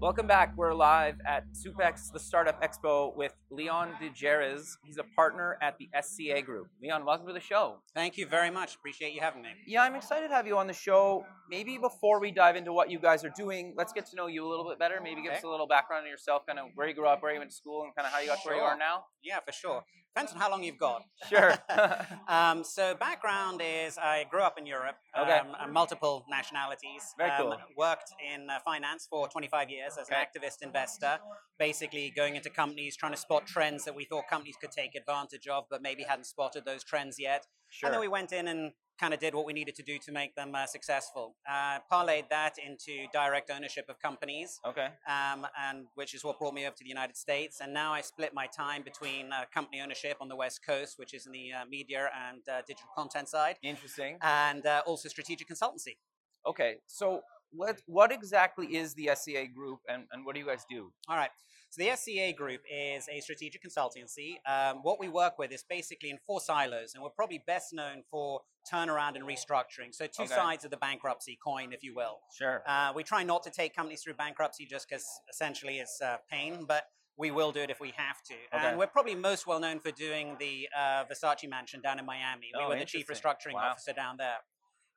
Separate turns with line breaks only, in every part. Welcome back. We're live at SUPEX, the Startup Expo, with Leon DeJeres. He's a partner at the SCA Group. Leon, welcome to the show.
Thank you very much. Appreciate you having me.
Yeah, I'm excited to have you on the show. Maybe before we dive into what you guys are doing, let's get to know you a little bit better. Maybe give us
Okay.
a little background on yourself, kind of where you grew up, where you went to school, and kind of how you got to where you
Sure.
are now.
Yeah, for sure. Depends on how long you've got.
Sure.
Um, so background is I grew up in Europe.
Okay.
Um, I'm multiple nationalities.
Very
um,
cool.
Worked in uh, finance for 25 years as
Okay.
an activist investor, basically going into companies trying to spot trends that we thought companies could take advantage of, but maybe hadn't spotted those trends yet.
sure.
And then we went in and kind of did what we needed to do to make them uh, successful. Uh, parlayed that into direct ownership of companies
okay.
um, and which is what brought me over to the United States. And now I split my time between uh, company ownership on the West Coast, which is in the uh, media and uh, digital content side,
Interesting.
and uh, also strategic consultancy.
Okay, so what what exactly is the SCA Group, and, and what do you guys do?
All right. So the SCA Group is a strategic consultancy. Um, what we work with is basically in four silos, and we're probably best known for turnaround and restructuring. So two
Okay.
sides of the bankruptcy coin, if you will.
Sure.
Uh, we try not to take companies through bankruptcy just because essentially it's uh, pain, but we will do it if we have to.
Okay.
And we're probably most well known for doing the uh, Versace mansion down in Miami.
Oh,
we were the chief
interesting.
restructuring
Wow.
officer down there.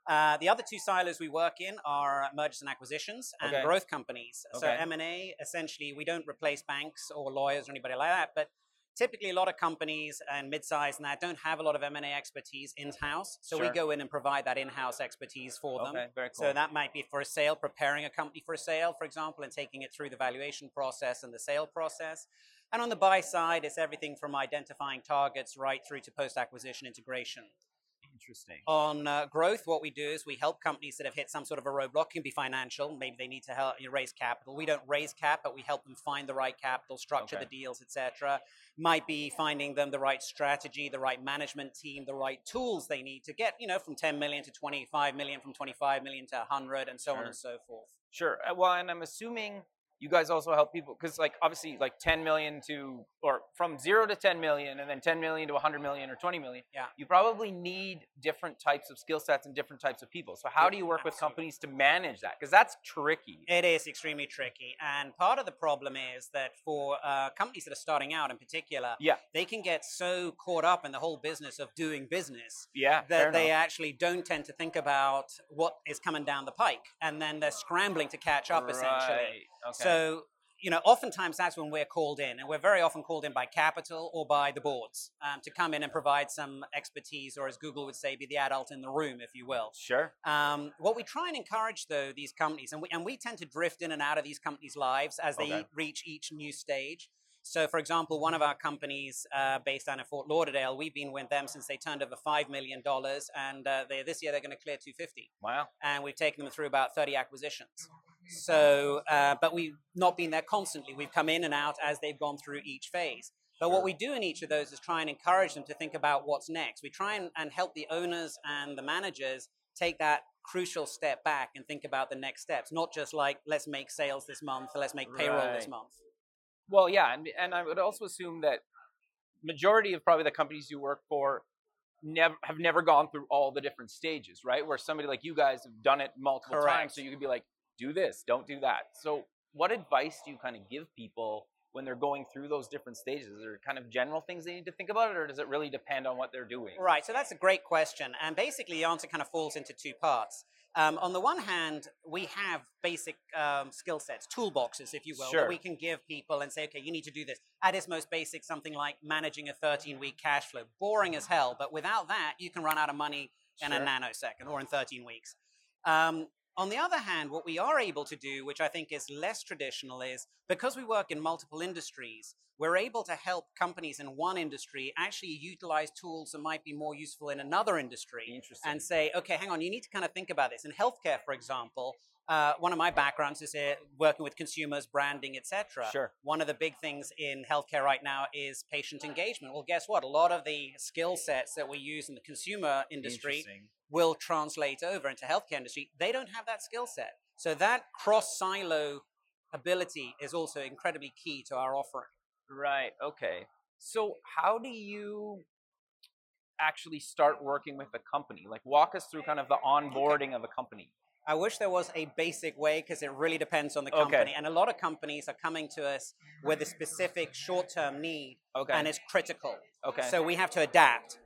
Uh, the other two silos we work in are mergers and acquisitions and
Okay.
growth companies. So
Okay.
M&A, essentially, we don't replace banks or lawyers or anybody like that, but typically a lot of companies and mid-size and that don't have a lot of M&A expertise in-house. So we
Sure.
go in and provide that in-house expertise for them.
Okay, very cool.
So that might be for a sale, preparing a company for a sale, for example, and taking it through the valuation process and the sale process. And on the buy side, it's everything from identifying targets right through to post acquisition integration.
interesting.
On uh, growth, what we do is we help companies that have hit some sort of a roadblock, can be financial, maybe they need to help you know, raise capital. We don't raise cap, but we help them find the right capital, structure
Okay.
the deals, etc. Might be finding them the right strategy, the right management team, the right tools they need to get, you know, from 10 million to 25 million, from 25 million to 100, and so on
Sure.
and so forth.
Sure. Uh, Well, and I'm assuming you guys also help people because, like, obviously, like 10 million to or from zero to 10 million, and then 10 million to 100 million or 20 million.
Yeah.
You probably need different types of skill sets and different types of people. So how
Yeah,
do you work with
absolutely.
companies to manage that? Because that's tricky.
It is extremely tricky. And part of the problem is that for uh, companies that are starting out in particular,
Yeah.
they can get so caught up in the whole business of doing business
Yeah. fair
that they
enough.
actually don't tend to think about what is coming down the pike. And then they're scrambling to catch up, essentially.
Right, Okay.
So, you know, oftentimes that's when we're called in, and we're very often called in by capital or by the boards um, to come in and provide some expertise, or as Google would say, be the adult in the room, if you will.
sure.
Um, what we try and encourage, though, these companies, and we, and we tend to drift in and out of these companies' lives as they
Okay.
reach each new stage. So, for example, one of our companies uh, based out of Fort Lauderdale, we've been with them since they turned over $5 million, and uh, they, this year they're going to clear 250
Wow.
and we've taken them through about 30 acquisitions. So, uh, but we've not been there constantly. We've come in and out as they've gone through each phase. But what
Sure.
we do in each of those is try and encourage them to think about what's next. We try and, and help the owners and the managers take that crucial step back and think about the next steps, not just like, let's make sales this month, or let's make payroll this
Right.
month.
Well, yeah, and and I would also assume that majority of probably the companies you work for never have never gone through all the different stages, right? Where somebody like you guys have done it multiple times,
Correct.
so you could be like, do this, don't do that. So, what advice do you kind of give people when they're going through those different stages? Are there kind of general things they need to think about, or does it really depend on what they're doing?
Right, so that's a great question. And basically, the answer kind of falls into two parts. Um, on the one hand, we have basic um, skill sets, toolboxes, if you will,
Sure.
that we can give people and say, okay, you need to do this. At its most basic, something like managing a 13 week cash flow. Boring as hell, but without that, you can run out of money in a
Sure.
nanosecond or in 13 weeks. Um, on the other hand, what we are able to do, which I think is less traditional, is because we work in multiple industries, we're able to help companies in one industry actually utilize tools that might be more useful in another industry
Interesting.
and say, okay, hang on, you need to kind of think about this. In healthcare, for example, uh, one of my backgrounds is here working with consumers, branding, etc.
Sure.
One of the big things in healthcare right now is patient engagement. Well, guess what? A lot of the skill sets that we use in the consumer industry
Interesting.
will translate over into healthcare industry. They don't have that skill set. So that cross silo ability is also incredibly key to our offering.
Right. Okay. So how do you actually start working with a company? Like walk us through kind of the onboarding of a company.
I wish there was a basic way because it really depends on the
Okay.
company. And a lot of companies are coming to us with a specific short term need
Okay.
and it's critical.
okay.
So we have to adapt.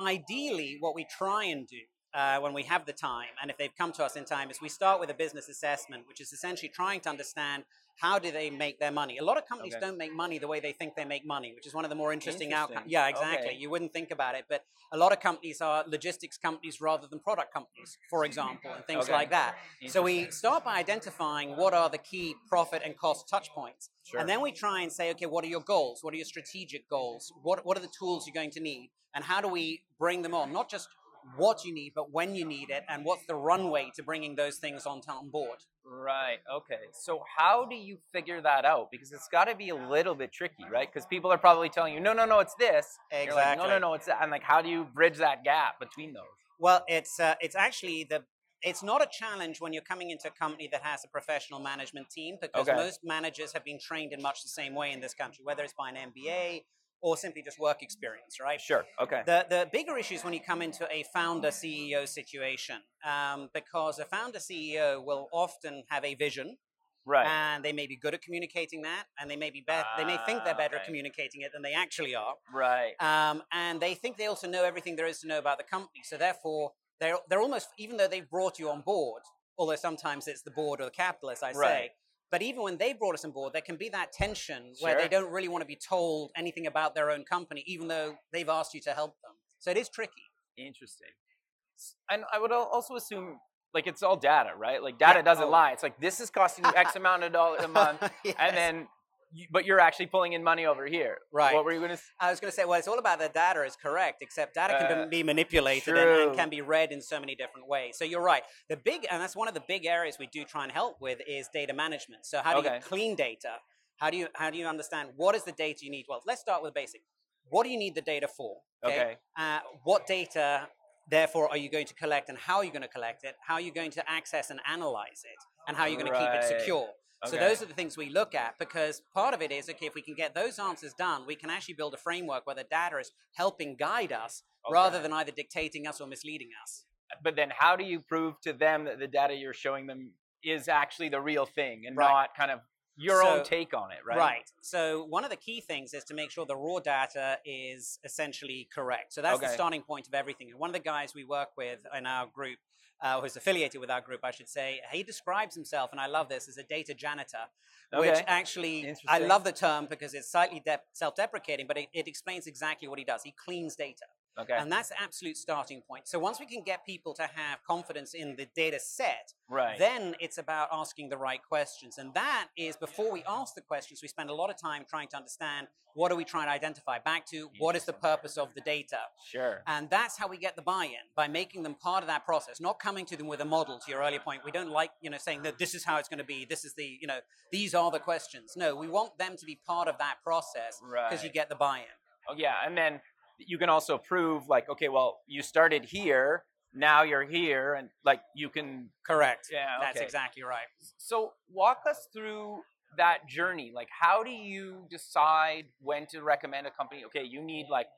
Ideally, what we try and do uh, when we have the time, and if they've come to us in time, is we start with a business assessment, which is essentially trying to understand how do they make their money. A lot of companies
Okay.
don't make money the way they think they make money, which is one of the more interesting, outcomes.
Interesting.
Yeah, exactly.
Okay.
You wouldn't think about it, but a lot of companies are logistics companies rather than product companies, for example, and things
Okay.
like that. So we start by identifying what are the key profit and cost touch points.
Sure.
And then we try and say, okay, what are your goals? What are your strategic goals? What, what are the tools you're going to need? And how do we bring them on? Not just what you need, but when you need it, and what's the runway to bringing those things on, on board?
Right. Okay. So how do you figure that out? Because it's got to be a little bit tricky, right? Because people are probably telling you, no, no, no, it's this. And you're like, no, no,
Exactly.
no, it's that. And like, how do you bridge that gap between those?
Well, it's, uh, it's actually the it's not a challenge when you're coming into a company that has a professional management team because
Okay.
most managers have been trained in much the same way in this country, whether it's by an MBA or simply just work experience, right?
Sure. Okay.
The, the bigger issue is when you come into a founder CEO situation, um, because a founder CEO will often have a vision,
right.
and they may be good at communicating that, and they may be better. they may think
Ah,
they're better
okay.
at communicating it than they actually are,
right.
um, and they think they also know everything there is to know about the company. So therefore, they're they're almost even though they've brought you on board, although sometimes it's the board or the capitalist, I say.
Right.
But even when they brought us on board, there can be that tension where
Sure.
they don't really want to be told anything about their own company, even though they've asked you to help them. So it is tricky.
Interesting. S- And I would al- also assume, like, it's all data, right? Like, data doesn't
Oh.
lie. It's like this is costing you X amount of dollars a month,
Yes.
and then, you, but you're actually pulling in money over here.
Right.
What were you going to?
I was going to say, well, it's all about the data is correct, except data can
Uh,
be be manipulated and, and
true.
can be read in so many different ways. So you're right. The big, and that's one of the big areas we do try and help with is data management. So how do
Okay.
you clean data? How do you how do you understand what is the data you need? Well, let's start with basic. What do you need the data for?
Okay.
Uh, what data, therefore, are you going to collect, and how are you going to collect it? How are you going to access and analyze it, and how are you going to keep
Right.
it secure? So
Okay.
those are the things we look at because part of it is okay if we can get those answers done, we can actually build a framework where the data is helping guide us rather
Okay.
than either dictating us or misleading us.
But then, how do you prove to them that the data you're showing them is actually the real thing and
Right.
not kind of your own
So-
take on it, right?
So one of the key things is to make sure the raw data is essentially correct. So that's the
Okay.
starting point of everything. And one of the guys we work with in our group, uh, who's affiliated with our group, I should say, he describes himself, and I love this, as a data janitor. Which
Okay.
actually, I
Interesting.
love the term because it's slightly dep self deprecating, but it, it explains exactly what he does. He cleans data.
Okay.
And that's the absolute starting point. So once we can get people to have confidence in the data set,
right.
then it's about asking the right questions. And that is before we ask the questions, we spend a lot of time trying to understand what are we trying to identify back to, what is the purpose of the data.
sure.
And that's how we get the buy-in by making them part of that process, not coming to them with a model. To your earlier point, we don't like you know saying that this is how it's going to be. This is the you know these are the questions. No, we want them to be part of that process because you
Right.
get the buy-in.
Oh, yeah, and then you can also prove like, okay, well, you started here, now you're here, and like you can.
Correct.
Yeah,
That's
okay.
exactly right.
So walk us through that journey. Like, how do you decide when to recommend a company? Okay, you need like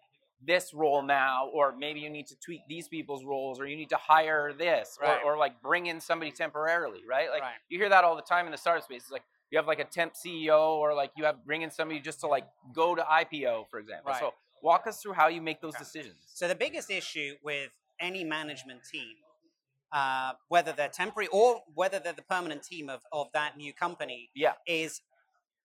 this role now, or maybe you need to tweak these people's roles, or you need to hire this,
Right.
or, or like bring in somebody temporarily, right? Like
Right.
you hear that all the time in the startup space. It's like you have like a temp CEO, or like you have bring in somebody just to like go to IPO, for example.
Right.
So walk us through how you make those
Okay.
decisions.
So the biggest issue with any management team, uh, whether they're temporary or whether they're the permanent team of, of that new company,
Yeah.
is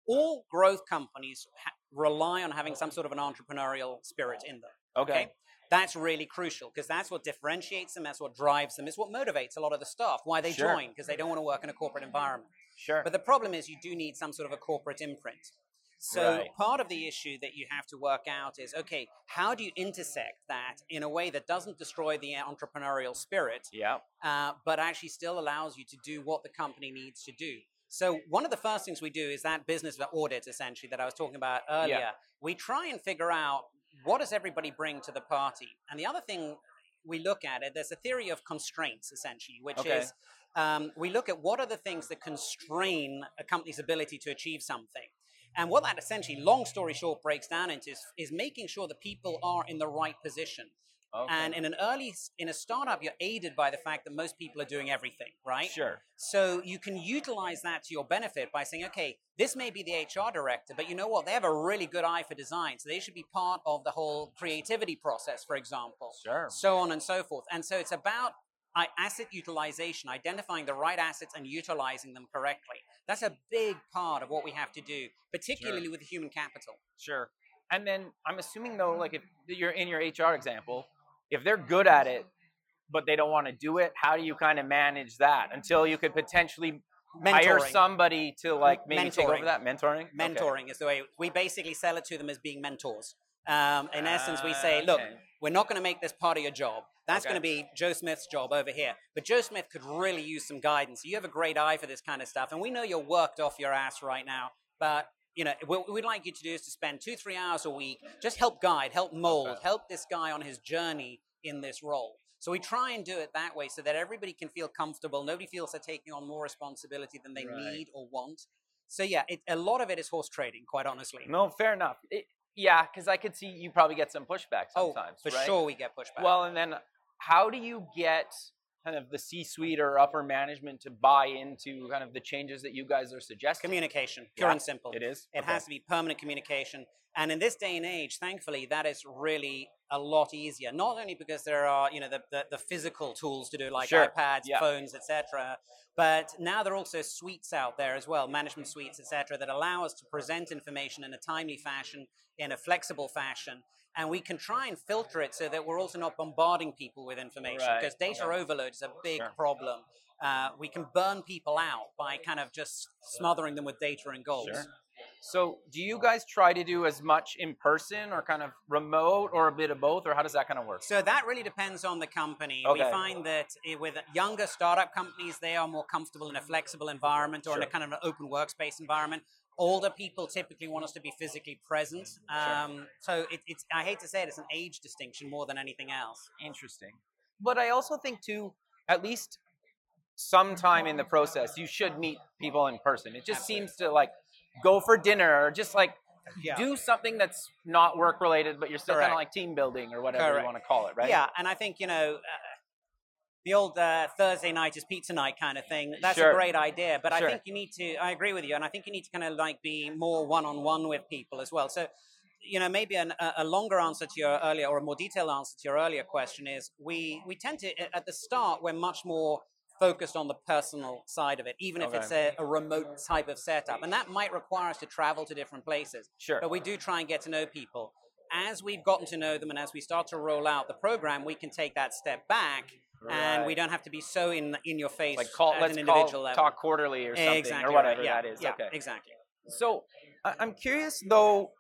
all growth companies ha- rely on having some sort of an entrepreneurial spirit in them.
Okay.
That's really crucial because that's what differentiates them, that's what drives them, it's what motivates a lot of the staff, why they
Sure.
join, because they don't want to work in a corporate environment.
Sure.
But the problem is you do need some sort of a corporate imprint. So
Right.
part of the issue that you have to work out is okay, how do you intersect that in a way that doesn't destroy the entrepreneurial spirit,
Yeah.
uh, but actually still allows you to do what the company needs to do? So one of the first things we do is that business audit, essentially, that I was talking about earlier. We try and figure out what does everybody bring to the party, and the other thing we look at it. There's a theory of constraints, essentially, which
Okay.
is um, we look at what are the things that constrain a company's ability to achieve something. And what that essentially, long story short, breaks down into is, is making sure that people are in the right position.
Okay.
And in an early, s- in a startup, you're aided by the fact that most people are doing everything, right?
sure.
So you can utilize that to your benefit by saying, okay, this may be the HR director, but you know what? They have a really good eye for design. So they should be part of the whole creativity process, for example.
Sure.
So on and so forth. And so it's about uh, asset utilization, identifying the right assets and utilizing them correctly. That's a big part of what we have to do, particularly with human capital.
Sure. And then I'm assuming though, like if you're in your HR example, if they're good at it, but they don't want to do it, how do you kind of manage that until you could potentially hire
Mentoring.
somebody to like maybe take over
Mentoring.
that mentoring? Okay.
Mentoring is the way we basically sell it to them as being mentors. Um, in essence, we
Ah,
say, look,
okay.
we're not going to make this part of your job. That's
Okay.
going to be Joe Smith's job over here. But Joe Smith could really use some guidance. You have a great eye for this kind of stuff. And we know you're worked off your ass right now. But, you know, what we'd like you to do is to spend two, three hours a week. Just help guide, help mold,
Okay.
help this guy on his journey in this role. So we try and do it that way so that everybody can feel comfortable. Nobody feels they're taking on more responsibility than they
Right.
need or want. So yeah, it, a lot of it is horse trading, quite honestly.
No, fair enough. It, yeah, because I could see you probably get some pushback
oh,
sometimes.
for
right?
sure we get pushback.
Well, and then how do you get kind of the C-suite or upper management to buy into kind of the changes that you guys are suggesting?
communication, pure
Yeah,
and simple.
It is.
It
Okay.
has to be permanent communication. And in this day and age, thankfully, that is really a lot easier. Not only because there are, you know, the, the, the physical tools to do, like
Sure,
iPads,
yeah.
phones, etc., but now there are also suites out there as well, management suites, etc., that allow us to present information in a timely fashion, in a flexible fashion, and we can try and filter it so that we're also not bombarding people with information
Right,
because data
okay.
overload is a big
Sure.
problem. Uh, we can burn people out by kind of just smothering them with data and goals.
Sure. So, do you guys try to do as much in person or kind of remote or a bit of both, or how does that kind of work?
So that really depends on the company.
Okay.
We find that i- with younger startup companies, they are more comfortable in a flexible environment or in a
Sure.
kind of an open workspace environment. Older people typically want us to be physically present. Um, So it, it's, I hate to say it, it's an age distinction more than anything else.
Interesting. But I also think, too, at least sometime in the process, you should meet people in person. It just
Absolutely.
seems to like go for dinner or just like
Yeah.
do something that's not work related, but you're still kind of
Correct.
like team building or whatever you
Correct.
want to call it, right?
Yeah, and I think you know. Uh, the old uh, Thursday night is pizza night kind of thing. That's
Sure.
a great idea, but
Sure.
I think you need to. I agree with you, and I think you need to kind of like be more one-on-one with people as well. So, you know, maybe an, a, a longer answer to your earlier or a more detailed answer to your earlier question is we we tend to at the start we're much more focused on the personal side of it, even if
Okay.
it's a, a remote type of setup, and that might require us to travel to different places.
Sure.
But we do try and get to know people. As we've gotten to know them and as we start to roll out the program, we can take that step back and we
Right.
don't have to be so in in your face
Like call,
at
let's
an
call,
individual level.
talk quarterly or something
exactly
or whatever
right. yeah,
that is.
Yeah,
okay.
Exactly.
So I- I'm curious though,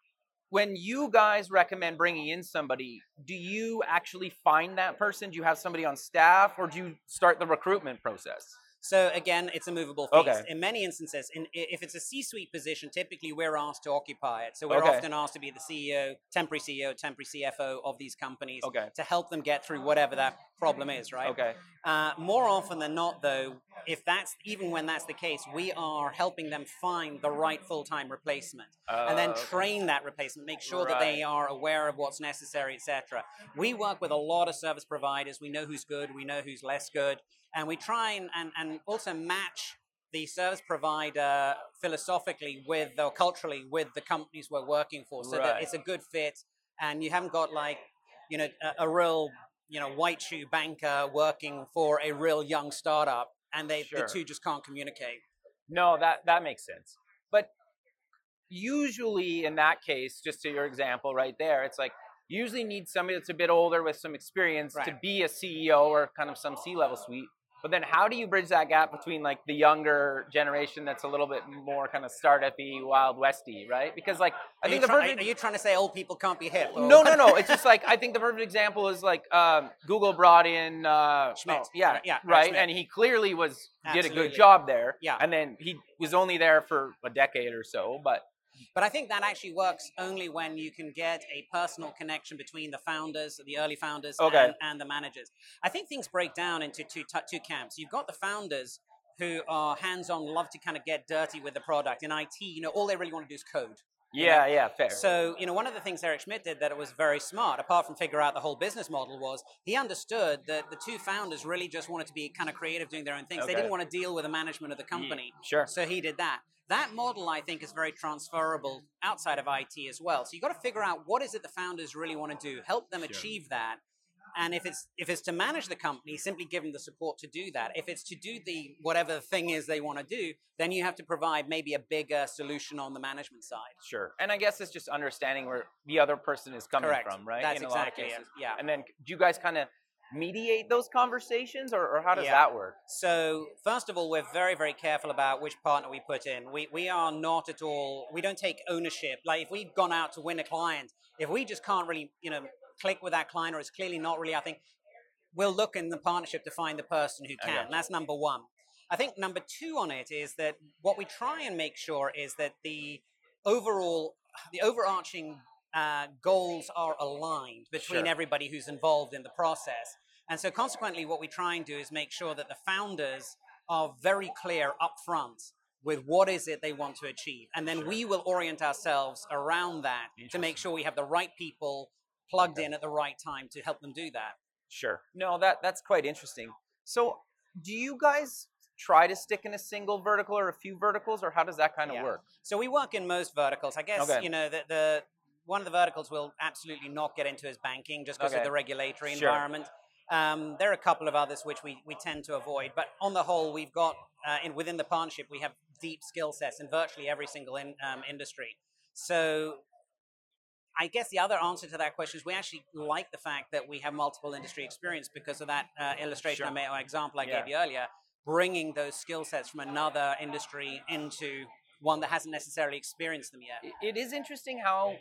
when you guys recommend bringing in somebody, do you actually find that person? Do you have somebody on staff, or do you start the recruitment process?
So again, it's a movable feast.
Okay.
In many instances, in, i- if it's a C-suite position, typically we're asked to occupy it. So we're
Okay.
often asked to be the CEO, temporary CEO, temporary CFO of these companies
Okay.
to help them get through whatever that problem is, right?
Okay.
Uh, more often than not, though, if that's even when that's the case, we are helping them find the right full-time replacement and then
Oh, okay.
train that replacement, make sure that they
Right.
are aware of what's necessary, etc. We work with a lot of service providers. We know who's good, we know who's less good, and we try and, and, and also match the service provider philosophically with or culturally with the companies we're working for, so
Right.
that it's a good fit, and you haven't got like you know a, a real you know white shoe banker working for a real young startup, and they
Sure.
the two just can't communicate.
No, that that makes sense. But usually in that case, just to your example right there, it's like you usually need somebody that's a E bit older with some experience to
Right.
be a CEO or kind of some C level suite. But But then how do you bridge that gap between like the younger generation that's a little bit more kind of startup-y, wild westy, right? Because like I
Are you
think the
try-
perfect
Are you trying to say old people can't be hip? or-
no, no, no. It's just like I think the perfect example is like um, Google brought in uh,
Schmidt.
oh, yeah,
Right, yeah, right,
right,
Schmidt.
and he clearly was did a good
Absolutely.
job there.
Yeah.
and then he was only there for a decade or so, but
But I think that actually works only when you can get a personal connection between the founders, the early founders,
Okay.
and, and the managers. I think things break down into two, tu- two camps. You've got the founders who are hands on, love to kind of get dirty with the product. In IT, you know, all they really want to do is code.
yeah, yeah, fair.
So, you know, one of the things Eric Schmidt did that was very smart, apart from figure out the whole business model, was he understood that the two founders really just wanted to be kind of creative doing their own things.
Okay. Hmm.
They didn't want to deal with the management of the company.
sure.
So he did that. That model, I think, is very transferable outside of IT as well. So you've got to figure out what is it the founders really want to do, help them achieve that. And if it's if it's to manage the company, simply give them the support to do that. If it's to do the whatever the thing is they want to do, then you have to provide maybe a bigger solution on the management side.
Sure. And I guess it's just understanding where the other person is coming
Correct.
from, right?
That's
In a
exactly
lot
it.
of cases.
Yeah.
And then do you guys kind of mediate those conversations or, or how does
Yeah.
that work?
So, first of all, we're very, very careful about which partner we put in. We, we are not at all, we don't take ownership. Like, if we've gone out to win a client, if we just can't really, you know, click with that client or it's clearly not really, I think we'll look in the partnership to find the person who
I
can.
gotcha.
That's number one. I think number two on it is that what we try and make sure is that the overall, the overarching uh, goals are aligned between
Sure.
everybody who's involved in the process. And so, consequently, what we try and do is make sure that the founders are very clear upfront with what is it they want to achieve. And then we will orient ourselves around that to make sure we have the right people plugged in at the right time to help them do that.
Sure. No, that that's quite interesting. So do you guys try to stick in a single vertical or a few verticals or how does that kind of
Yeah.
work?
So we work in most verticals. I guess
Okay.
you know the, the one of the verticals we'll absolutely not get into is banking, just because
Okay.
of the regulatory
Sure.
environment. Um, there are a couple of others which we, we tend to avoid, but on the whole, we've got uh, in within the partnership we have deep skill sets in virtually every single in, um, industry. So. I guess the other answer to that question is we actually like the fact that we have multiple industry experience because of that uh, illustration I
Sure.
made or example I
Yeah.
gave you earlier, bringing those skill sets from another industry into one that hasn't necessarily experienced them yet.
It- It is interesting how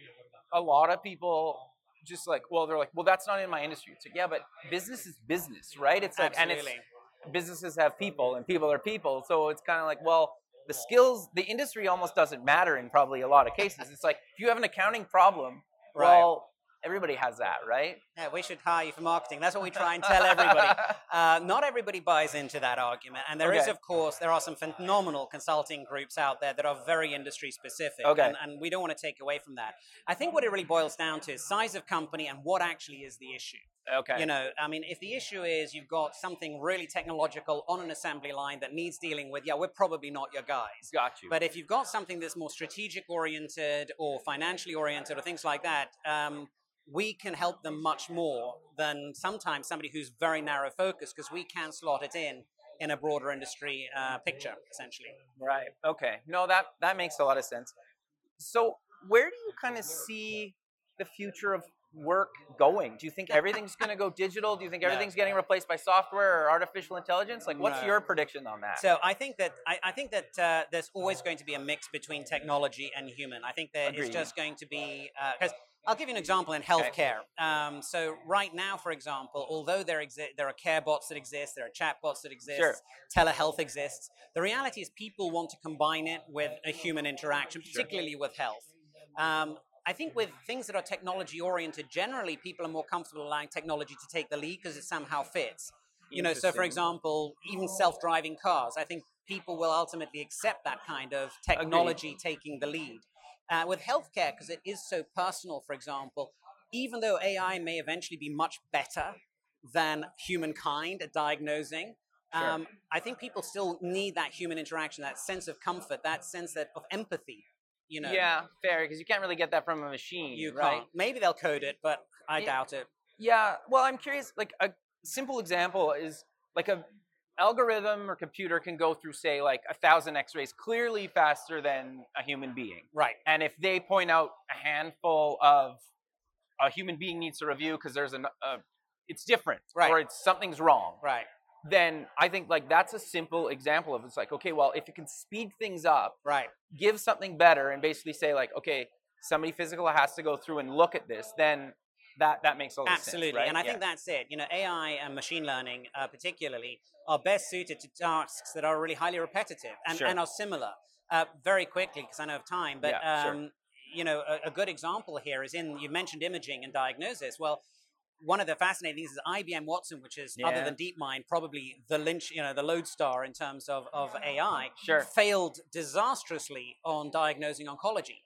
a lot of people just like, well, they're like, well, that's not in my industry. It's like, yeah, but business is business, right? It's like, and it's,
Absolutely.
businesses have people and people are people. So it's kind of like, well, the skills, the industry almost doesn't matter in probably a lot of cases. It's like if you have an accounting problem,
Right.
well, everybody has that, right?
Yeah, we should hire you for marketing. That's what we try and tell everybody. Uh, not everybody buys into that argument, and there is,
Okay.
of course, there are some phenomenal consulting groups out there that are very industry specific,
Okay.
and, and we don't want to take away from that. I think what it really boils down to is size of company and what actually is the issue.
okay.
You know, I mean, if the issue is you've got something really technological on an assembly line that needs dealing with, yeah, we're probably not your guys.
got you.
But if you've got something that's more strategic oriented or financially oriented or things like that, um, we can help them much more than sometimes somebody who's very narrow focused because we can slot it in in a broader industry uh, picture, essentially.
Right. Okay. No, that that makes a lot of sense. So, where do you kind of see the future of work going? Do you think everything's going to go digital? Do you think
No.
everything's getting replaced by software or artificial intelligence? Like, what's
No.
your prediction on that?
So I think that I, I think that uh, there's always going to be a mix between technology and human. I think that
Agreed.
it's just going to be because I'll give you an example in healthcare. Um, so right now, for example, although there exi- there are care bots that exist, there are chat bots that exist,
Sure.
telehealth exists. The reality is people want to combine it with a human interaction, particularly with health. Um, I think with things that are technology oriented, generally people are more comfortable allowing technology to take the lead because it somehow fits. You know, so for
Interesting.
example example, even
Oh.
self-driving cars. I think people will ultimately accept that kind of technology taking the lead. Uh, with healthcare, because it is so personal, for example, even though AI may eventually be much better than humankind at diagnosing,
Sure.
um, I think people still need that human interaction, that sense of comfort, that sense that, of empathy. You know,
Yeah, fair, because you can't really get that from a machine,
you
right?
can't. Maybe they'll code it, but I
Yeah.
doubt it.
Yeah, well, I'm curious. Like a simple example is like a algorithm or computer can go through, say, like a thousand X-rays clearly faster than a human being.
Right.
And if they point out a handful of a human being needs to review because there's an, uh, it's different
Right.
or it's something's wrong,
Right.
then I think like that's a simple example of it's like, okay, well, if you can speed things up,
Right.
give something better, and basically say like, okay, somebody physical has to go through and look at this, then that that makes all the
Absolutely.
sense, right?
And I think that's it. You know, AI and machine learning, uh, particularly, are best suited to tasks that are really highly repetitive and,
Sure.
and are similar uh, very quickly because I know of time. But,
Yeah, sure.
um, you know, a, a good example here is in, you mentioned imaging and diagnosis. Well, one of the fascinating things is IBM Watson, which is, other
Yeah.
than DeepMind, probably the lynch, you know, the lodestar in terms of, of AI,
Sure.
failed disastrously on diagnosing oncology.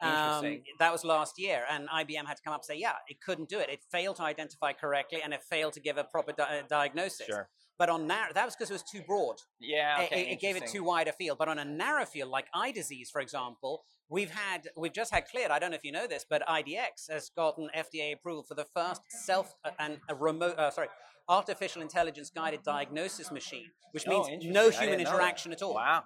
Um,
Interesting.
that was last year, and IBM had to come up and say, yeah, it couldn't do it. It failed to identify correctly, and it failed to give a proper di- uh, diagnosis.
sure.
But on narrow, that was because it was too broad.
Yeah.
It-
Okay,
it, it gave it
interesting.
too wide a field. But on a narrow field, like eye disease, for example, we've had, we've just had cleared. I don't know if you know this, but IDX has gotten FDA approval for the first self uh, and a remote, uh, sorry, artificial intelligence guided diagnosis machine, which
Oh,
means no
interesting. I
human
didn't know that.
interaction at all.
Wow.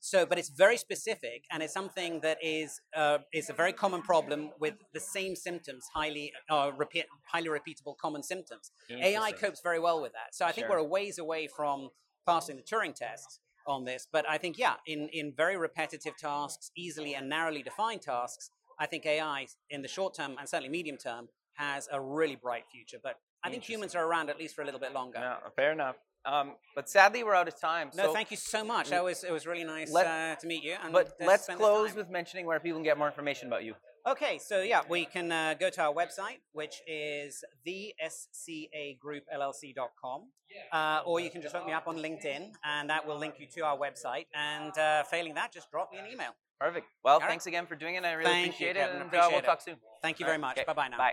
So, but it's very specific, and it's something that is uh, is a very common problem with the same symptoms, highly uh, repeat, highly repeatable common symptoms. AI
Interesting.
copes very well with that. So, I think
Sure.
we're a ways away from passing the Turing test on this. But I think, yeah, in in very repetitive tasks, easily and narrowly defined tasks, I think AI in the short term and certainly medium term has a really bright future. But I think humans are around at least for a little bit longer.
No, fair enough. Um, but sadly, we're out of time.
No,
so,
thank you so much. That was, it was really nice
Let-
uh, to meet you. And
But
to
let's
spend this time.
close with mentioning where people can get more information about you.
Okay, so yeah, we can uh, go to our website, which is thescagrouplllc.com, uh, or you can just look me up on LinkedIn, and that will link you to our website. And uh, failing that, just drop me an email.
Perfect. Well,
right.
thanks again for doing it. I really
Thank you,
appreciate it.
Kevin.
And uh,
Appreciate
we'll
it.
talk soon.
Thank you
All
very
right,
much.
okay.
Bye bye now.
Bye.